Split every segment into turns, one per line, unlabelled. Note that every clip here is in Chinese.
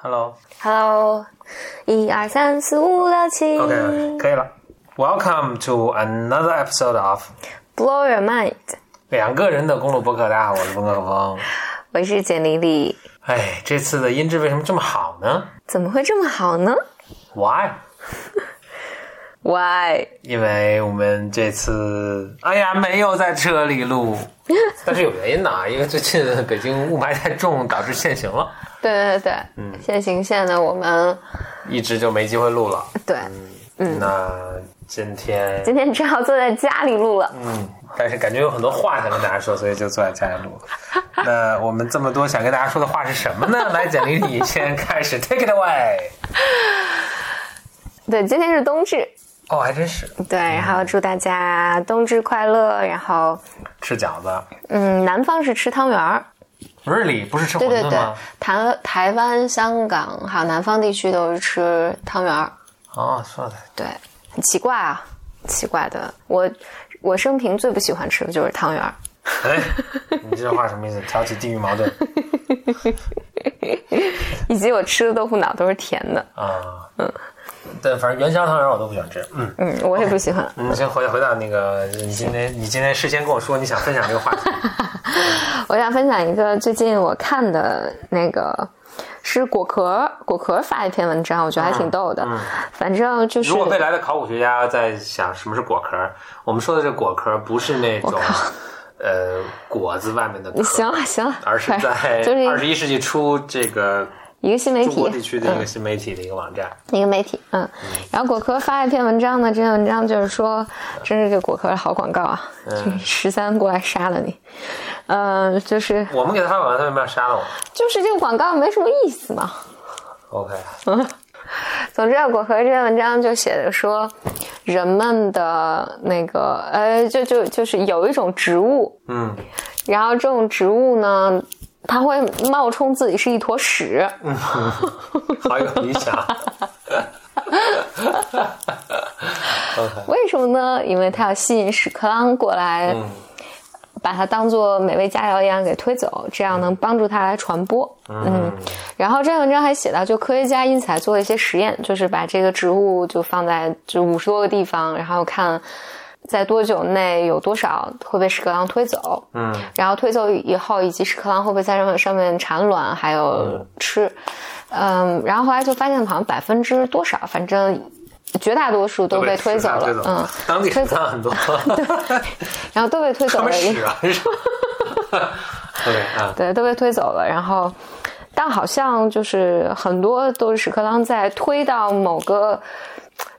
Hello。
Hello，一二三四五六七
OK，可以了。Welcome to another episode of
，Blow your mind，
两个人的公路博客。大家好，我是冯可峰。
我是简丽丽，
哎，这次的音质为什么这么好呢
怎么会这么好呢
？Why？
？Why？
因为我们这次哎呀没有在车里录，但是有原因的啊，因为最近北京雾霾太重，导致限行了，
对对对，嗯，限行线的我们，
一直就没机会录了。
对，
嗯，那今天
今天只好坐在家里录了。
嗯， 但是感觉有很多话想跟大家说，所以就坐在家里录。那我们这么多想跟大家说的话是什么呢？来，简历你先开始，take it away。
对，今天是冬至，
哦，还真是
对，然后祝大家冬至快乐。然后，
吃饺子
嗯，南方是吃汤圆儿，
，really 不是吃馄
对对
饨
对
吗？，
台台湾、香港还有南方地区都是吃汤圆儿。
哦，说的
对，很奇怪啊，奇怪的。我我生平最不喜欢吃的就是汤圆儿。
哎，你这话什么意思？挑起地域矛盾
以及我吃的豆腐脑都是甜的，
啊？嗯，对，反正元宵汤圆我都不喜欢吃。嗯，
嗯，我也不喜欢。
你先回回到那个，你今天你今天事先跟我说你想分享这个话题，
我想分享一个最近我看的那个，是果壳果壳发一篇文章，我觉得还挺逗的。反正就
嗯
是
如果未来的考古学家在想什么是果壳儿，我们说的这果壳儿不是那种呃果子外面的壳，
行了行了，啊
而是在
就是
二十一世纪初这个
一个新媒
中
体
国地区的一个新媒体的一个网站。
一个媒体，嗯，然后果壳发了一篇文章呢，这篇文章就是说，真是给果壳的好广告啊，
嗯
十三过来杀了你，嗯，就是
我们给他发广告，他为什么要杀了我
就是这个广告没什么意思嘛。
？OK，
总之啊，果壳这篇文章就写的说，人们的那个呃，就就就是有一种植物，
嗯
然后这种植物呢，它会冒充自己是一坨屎，
嗯，好有理想。OK，
为什么呢？因为它要吸引屎壳郎过来，把它当做美味佳肴一样给推走，这样能帮助它来传播。嗯，然后这篇文章还写到，就科学家因此还做了一些实验，就是把这个植物就放在就五十多个地方，然后看。在多久内有多少会被屎壳郎推走？嗯，然后推走以后，以及屎壳郎会不会在上面上面产卵，还有吃，嗯，然后后来就发现好像百分之多少，反正绝大多数都被推走了，
推走
嗯，
当地
推
人
走，
看很 多，
然后都被推走
他们
了，
屎啊，这是 OK 啊，
对，都被推走了，然后。但好像就是很多都是屎壳郎在推到某个，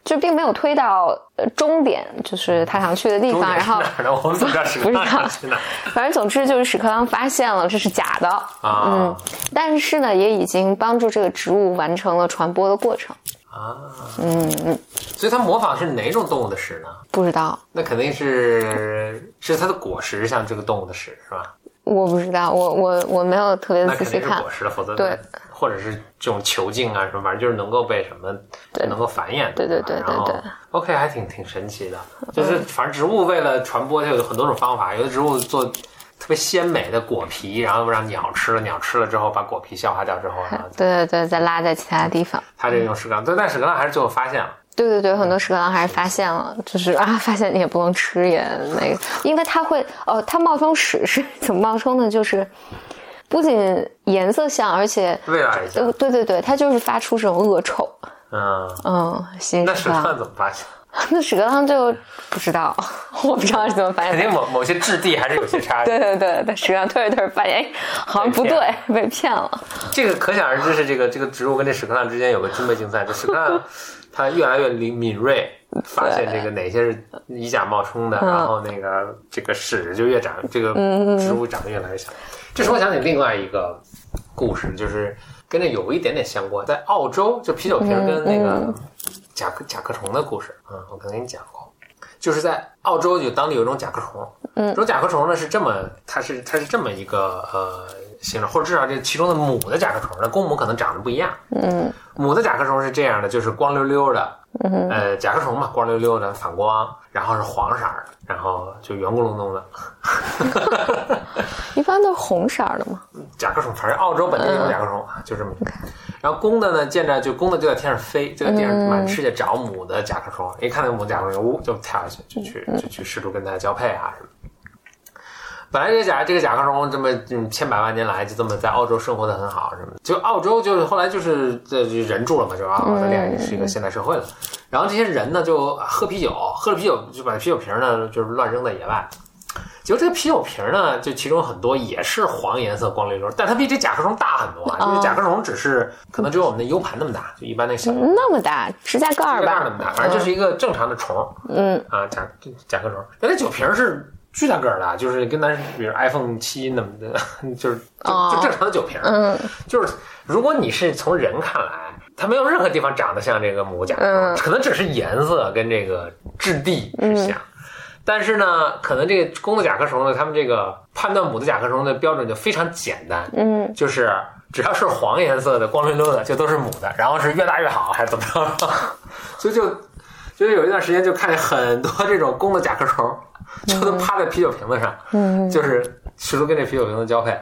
就并没有推到呃终点，就是他想去的地
终
方。
点
然
是
后
哪儿呢？我们怎么知道屎壳郎
不知道
是哪儿？
反正总之就是屎壳郎发现了这是假的，
啊
嗯，但是呢，也已经帮助这个植物完成了传播的过程。
啊，嗯，所以它模仿是哪种动物的屎呢？
不知道，
那肯定是是它的果实，像这个动物的屎是吧？
我不知道，我我我没有特别
那
仔
肯
细
定是
看
果。实了，否则
对，
或者是这种球茎啊什么，反正就是能够被什么
对
能够繁衍的。
对对对
然后
对嗯
OK，还挺挺神奇的， 就是反正植物为了传播，它有很多种方法，有的植物做。特别鲜美的果皮，然后让鸟吃了，鸟吃了之后把果皮消化掉之后，然后
对对对，再拉在其他地方。
它这种屎壳郎，对，但屎壳郎还是最后发现了，
对对对，很多屎壳郎还是发现了，就是啊，发现你也不能吃，也那个，因为它会，哦，它冒充屎是怎么冒充的？就是不仅颜色像，而且，
味道也
呃
像，
对对对，它就是发出这种恶臭，
嗯，
嗯，新
那
屎
屎
壳
壳
郎，
郎怎么发现？
那屎壳郎就不知道，我不知道是怎么发现
肯
的。
定某某些质地还是有些差异。
对对对，但实际上推着推着发现，哎，好像不
被
对
骗，
被骗了。
这个可想而知是这个这个植物跟这屎壳郎之间有个军备竞赛，这屎壳郎它越来越灵敏锐，发现这个哪些是以假冒充的，然后那个这个屎就越长，这个植物长得越来越小。这使我想起另外一个故事，就是跟这有一点点相关，在澳洲就啤酒瓶跟那个甲壳甲壳虫的故事，嗯，我可能给你讲过。就是在澳洲，就当地有一种甲壳虫，嗯，这种甲壳虫呢是这么，它是它是这么一个呃形状，或者至少这其中的母的甲壳虫，那公母可能长得不一样。
嗯
母的甲壳虫是这样的，就是光溜溜的，
嗯
呃，甲壳虫嘛，光溜溜的，反光，然后是黄色儿的，然后就圆咕隆咚的。
一般都是红色儿的嘛。
甲壳虫，反正澳洲本地
嗯
有甲壳虫，啊就这么。然后公的呢，见着就公的就在天上飞，就在地上满世界找母的甲壳虫，一看到母甲壳虫，呜就跳下去，就去就去试图跟它交配啊什么。本来这甲这个甲壳虫这么嗯千百万年来就这么在澳洲生活的很好什么的，就澳洲就是后来就是这这人住了嘛，就啊澳大利亚也是一个现代社会了。然后这些人呢就喝啤酒，喝了啤酒就把啤酒瓶呢就是乱扔在野外。结果这个啤酒瓶呢，就其中很多也是黄颜色光溜溜，但它比这甲壳虫大很多啊。就是甲壳虫只是可能只有我们的 U 盘那么大，就一般那小 U 盘
那么大，指甲盖
一
儿
个大
吧
那么？大，反正就是一个正常的虫
嗯，
啊，甲甲壳虫。但那酒瓶是巨大个儿的，啊就是跟咱比如 iPhone 七那么的， 就是就
哦
就正常的酒瓶。
嗯，
就是如果你是从人看来，它没有任何地方长得像这个母甲壳虫，
嗯
可能只是颜色跟这个质地是像。但是呢，可能这个公的甲壳虫呢，它们这个判断母的甲壳虫的标准就非常简单，
嗯，
就是只要是黄颜色的、光溜溜的，就都是母的，然后是越大越好，还是怎么着？ 所以就就是有一段时间就看见很多这种公的甲壳虫，就都趴在啤酒瓶子上，
嗯，
就是试图跟这啤酒瓶子交配，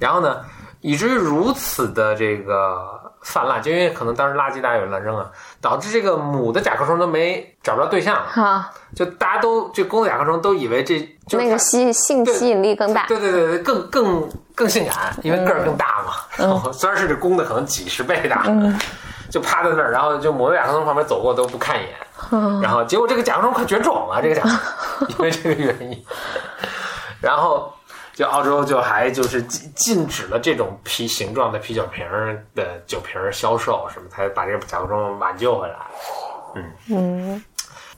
然后呢，以至于如此的这个泛滥，就因为可能当时垃圾大家有人乱扔啊，导致这个母的甲壳虫都没找不着对象了，
好，
就大家都这公的甲壳虫都以为这就是
那个吸性吸引力更大。
对对对对，更更更性感，因为个儿更大嘛。然后 虽然是这公的可能几十倍大，就趴在那儿，然后就母的甲壳虫旁边走过都不看一眼，然后结果这个甲壳虫快绝种了，这个甲壳虫因为这个原因，然后。就澳洲就还就是禁禁止了这种啤形状的啤酒瓶儿的酒瓶儿销售，什么才把这个甲壳虫挽救回来。
嗯，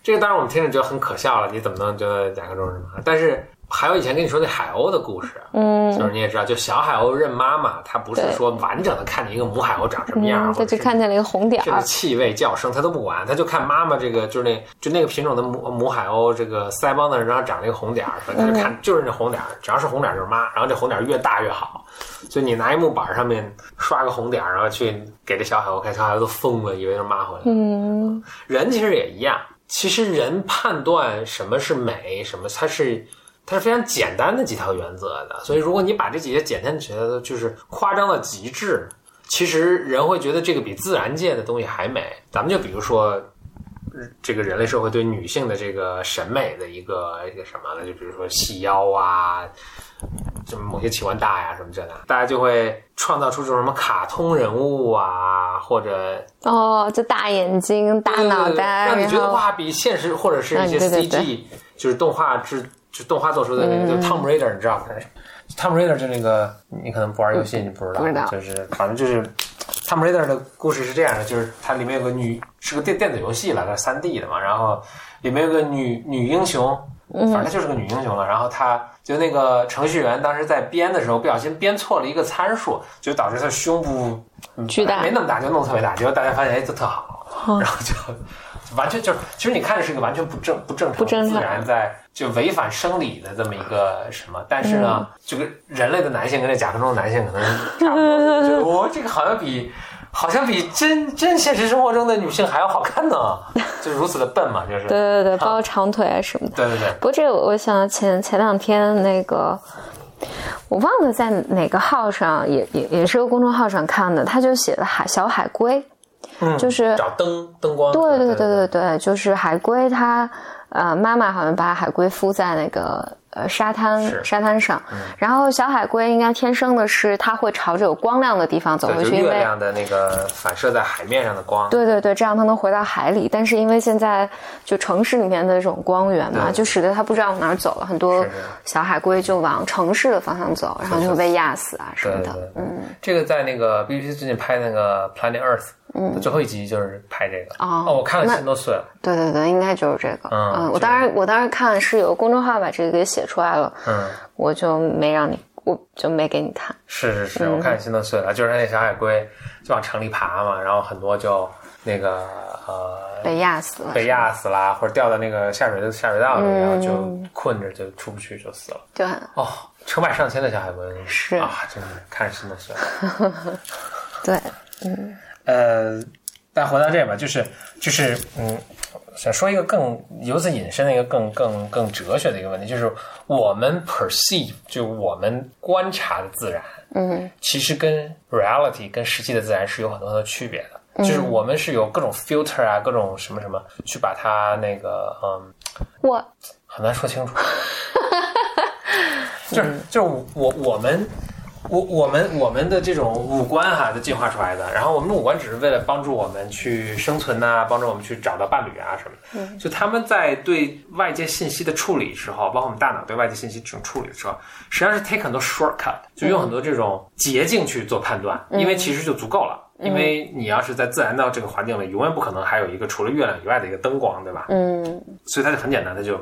这个当然我们听着觉得很可笑了，你怎么能觉得甲壳虫是什么？但是还有以前跟你说那海鸥的故事，
嗯，
就是你也知道，就小海鸥认妈妈，它不是
对
说完整的看你一个母海鸥长什么样，或
嗯，他
者
就是看见了一个红点
甚
儿
至。气味、叫声，它都不管，它就看妈妈这个就是那就那个品种的母母海鸥，这个腮帮子上然后长了一个红点儿，它就
嗯
看就是那红点儿，只要是红点儿就是妈，然后这红点儿越大越好。就你拿一木板上面刷个红点儿，然后去给这小海鸥看，小海鸥都疯了，以为是妈回来了。
嗯
人其实也一样，其实人判断什么是美，什么它是它是非常简单的几条原则的。所以如果你把这几个简单的觉得就是夸张到极致，其实人会觉得这个比自然界的东西还美。咱们就比如说。呃这个人类社会对女性的这个审美的一个一个什么呢？就比如说细腰啊，什么某些器官大呀，什么这那，大家就会创造出这种什么卡通人物啊，或者
哦，就大眼睛、大
对对对
脑
对
袋，
让你觉得
然后
哇，比现实或者是一些
嗯对嗯对
CG，、
对
就是动画制，就动画做出的那个，就 Tom Raider，你知道吗？Tom Raider 就那个，你可能不玩游戏，你不知道，
嗯不知道
就是反正就是。Tom Raider 的故事是这样的，就是它里面有个女，是个电电子游戏来的三 D 的嘛，然后里面有个女女英雄，
嗯
反正她就是个女英雄了。然后她就那个程序员当时在编的时候，不小心编错了一个参数，就导致她胸部嗯
巨大
没那么大，就弄特别大。结果大家发现，哎，这特好，
哦
然后就就完全就是，其实你看着是一个完全不正不正常、
不正常
自然在就违反生理的这么一个什
嗯
么，但是呢，这个人类的男性跟这甲壳虫的男性可能差不多，就我这个好像比好像比真真现实生活中的女性还要好看呢， 就如此的笨嘛，就是
对对对，包括长腿啊什么的。
对对对，
不过这个我想到前前两天那个，我忘了在哪个号上，也也也是个公众号上看的，他就写的海小海龟，
嗯，
就是
找灯灯光，
对对
对
对对对，就是海龟它，呃，妈妈好像把海龟孵在那个呃沙滩
是嗯
沙滩上，然后小海龟应该天生的是它会朝着有光亮的地方走
对，
回
就
去，因
月
为
亮的那个反射在海面上的光，
对对对，这样它能回到海里。但是因为现在就城市里面的这种光源嘛，
对
就使得它不知道往哪儿走了，很多
是是
小海龟就往城市的方向走，然后就会被压死啊什
对
么
对
的。
对，嗯，这个在那个 BBC 最近拍那个 Planet Earth，嗯，最后一集就是拍这个，
哦
我看了心都碎了。
对对对，应该就是这个。
嗯
我当时我当时看是有个公众号把这个给写出来了，
嗯，
我就没让你，我就没给你看。
是是是，我看心都碎了。就是那小海龟就往城里爬嘛，然后很多就那个呃
被压死了，
被压死啦，或者掉到那个下水的下水道里，然后就困着就出不去就死了。
对，
哦，成百上千的小海豚
是
啊，真的看着心都酸。
对，
呃，但回到这吧，就是就是嗯，想说一个更由此引申的一个更更更哲学的一个问题，就是我们 perceive 就我们观察的自然，
嗯，
其实跟 reality 跟实际的自然是有很多的区别的，就是我们是有各种 filter 啊，各种什么什么去把它那个嗯
我
很难说清楚， 就是就是我我们我我们我们的这种五官哈是进化出来的，然后我们的五官只是为了帮助我们去生存呐、帮助我们去找到伴侣啊什么的。就他们在对外界信息的处理时候，包括我们大脑对外界信息这种处理的时候，实际上是 take 很多 shortcut，就用很多这种捷径去做判断，因为其实就足够了。因为你要是在自然的这个环境里，永远不可能还有一个除了月亮以外的一个灯光，对吧？
嗯
所以他就很简单，他就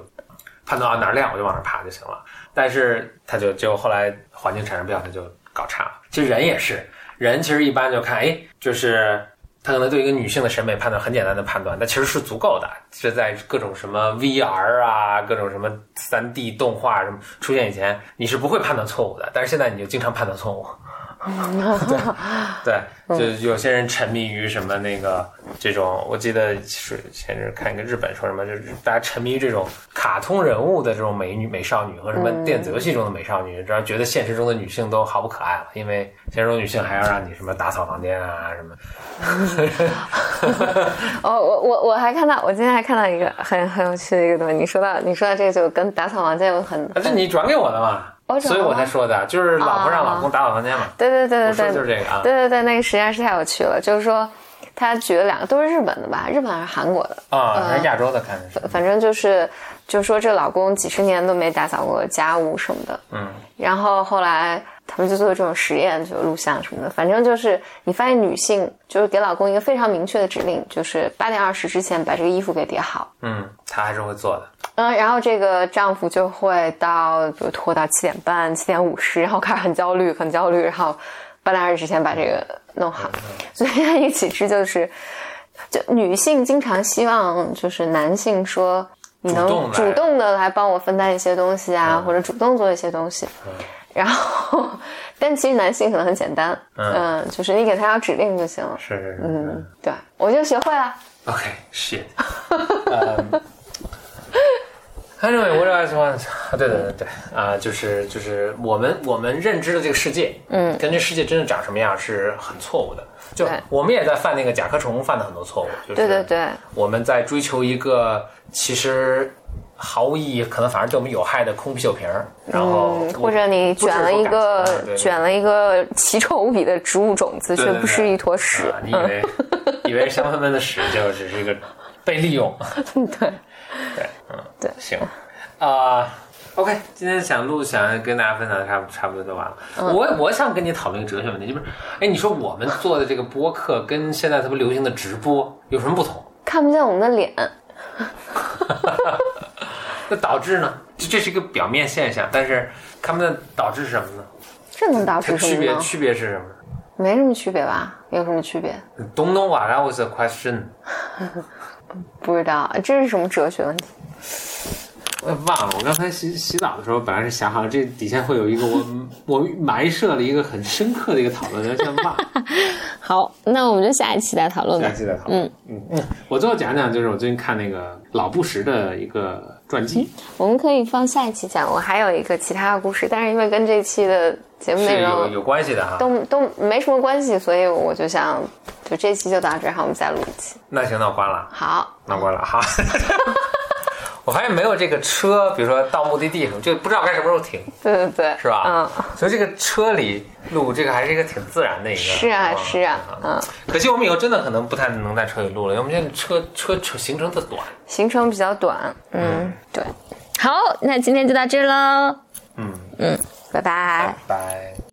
判断啊哪儿亮我就往哪儿爬就行了。但是他就就后来环境产生变化，他就搞差了。其实人也是，人其实一般就看，哎，就是他可能对一个女性的审美判断很简单的判断，那其实是足够的。这在各种什么 VR 啊，各种什么三 D 动画什么出现以前，你是不会判断错误的，但是现在你就经常判断错误。对，
嗯
就有些人沉迷于什么那个这种，我记得是前阵看一个日本说什么，就是大家沉迷于这种卡通人物的这种美女、美少女和什
嗯
么电子游戏中的美少女，然后觉得现实中的女性都毫不可爱了，因为现实中女性还要让你什么打扫房间啊什么，
哦，我我我还看到，我今天还看到一个很很有趣的一个东西。你说到你说到这个，就跟打扫房间有很
啊这你转给我的嘛，
嗯哦我转了吗
所以我才说的，就是老婆让
啊
老公打扫房间嘛，
对对对
我说的
对
就
对
是这个啊，
对对对，那个实在是太有趣了。就是说，他举了两个都是日本的吧，日本还是韩国的，
啊，人亚洲的看的是，
反正就是就说这老公几十年都没打扫过家务什么的，
嗯，
然后后来他们就做这种实验，就录像什么的。反正就是你发现女性就是给老公一个非常明确的指令，就是八点二十之前把这个衣服给叠好。
嗯，他还是会做的，
嗯，然后这个丈夫就会到，比如拖到七点半、七点五十，然后开始很焦虑，很焦虑，然后八点二十之前把这个弄
嗯
好。所以他一个启示就是，就女性经常希望就是男性说你能
主动来嗯
主动的来帮我分担一些东西啊，或者主动做一些东西。然后， 但其实男性可能很简单，
嗯
嗯，就是你给他要指令就行了。
是是是，
嗯，对，我就学会了。
Okay, shit. um, anyway, what else want? 啊对对对对啊、就是就是我们我们认知的这个世界，嗯，跟这世界真的长什么样是很错误的。就
对
我们也在犯那个甲壳虫犯的很多错误，就是
对对对，
我们在追求一个其实毫无意义，可能反而对我们有害的空啤酒瓶儿，然后
嗯，
我
或者你
不只
卷
是
了
说
一
感
个
情啊对对
卷了一个奇臭无比的植物种子，
对
却
对
不是一坨屎。
啊你以 为以为香喷喷的屎就只是一个被利用，
对，
对，嗯，
对
行，啊、o k 今天想录想跟大家分享的差不差不多就完了。
嗯
我我想跟你讨论一个哲学问题，就是，哎，你说我们做的这个播客跟现在特别流行的直播有什么不同？
看不见我们的脸。
那导致呢？就这是一个表面现象，但是他们的导致是什么呢？
这能
它
导致什
区
么
别
呢？
区别是什么呢
没什么区别吧？有什么区别？
？Don't know what I was a question，
不知道，这是什么哲学问题？
我也呃忘了。我刚才洗洗澡的时候，本来是想好这底下会有一个我我埋设了一个很深刻的一个讨论，但是现在忘了。
好，那我们就下一期再讨论
下期再讨论。嗯嗯，我最后讲讲，就是我最近看那个老布什的一个传记，
我们可以放下一期讲。我还有一个其他的故事，但是因为跟这期的节目内
是有
容
有关系的哈。
都都没什么关系，所以我就想，就这期就到这儿，然后我们再录一期。
那行，那我关了，
好，
那我关了哈。 我发现没有这个车，比如说到目的地什么，就不知道该什么时候停，
对对对，
是吧？
嗯。。
所以这个车里录这个还是一个挺自然的一个。
是啊，
嗯
是啊，。嗯，
可惜我们以后真的可能不太能在车里录了，因为我们现在车车车行程特短。
行程比较短，嗯，对。好，那今天就到这儿喽，
嗯，
拜拜
拜拜。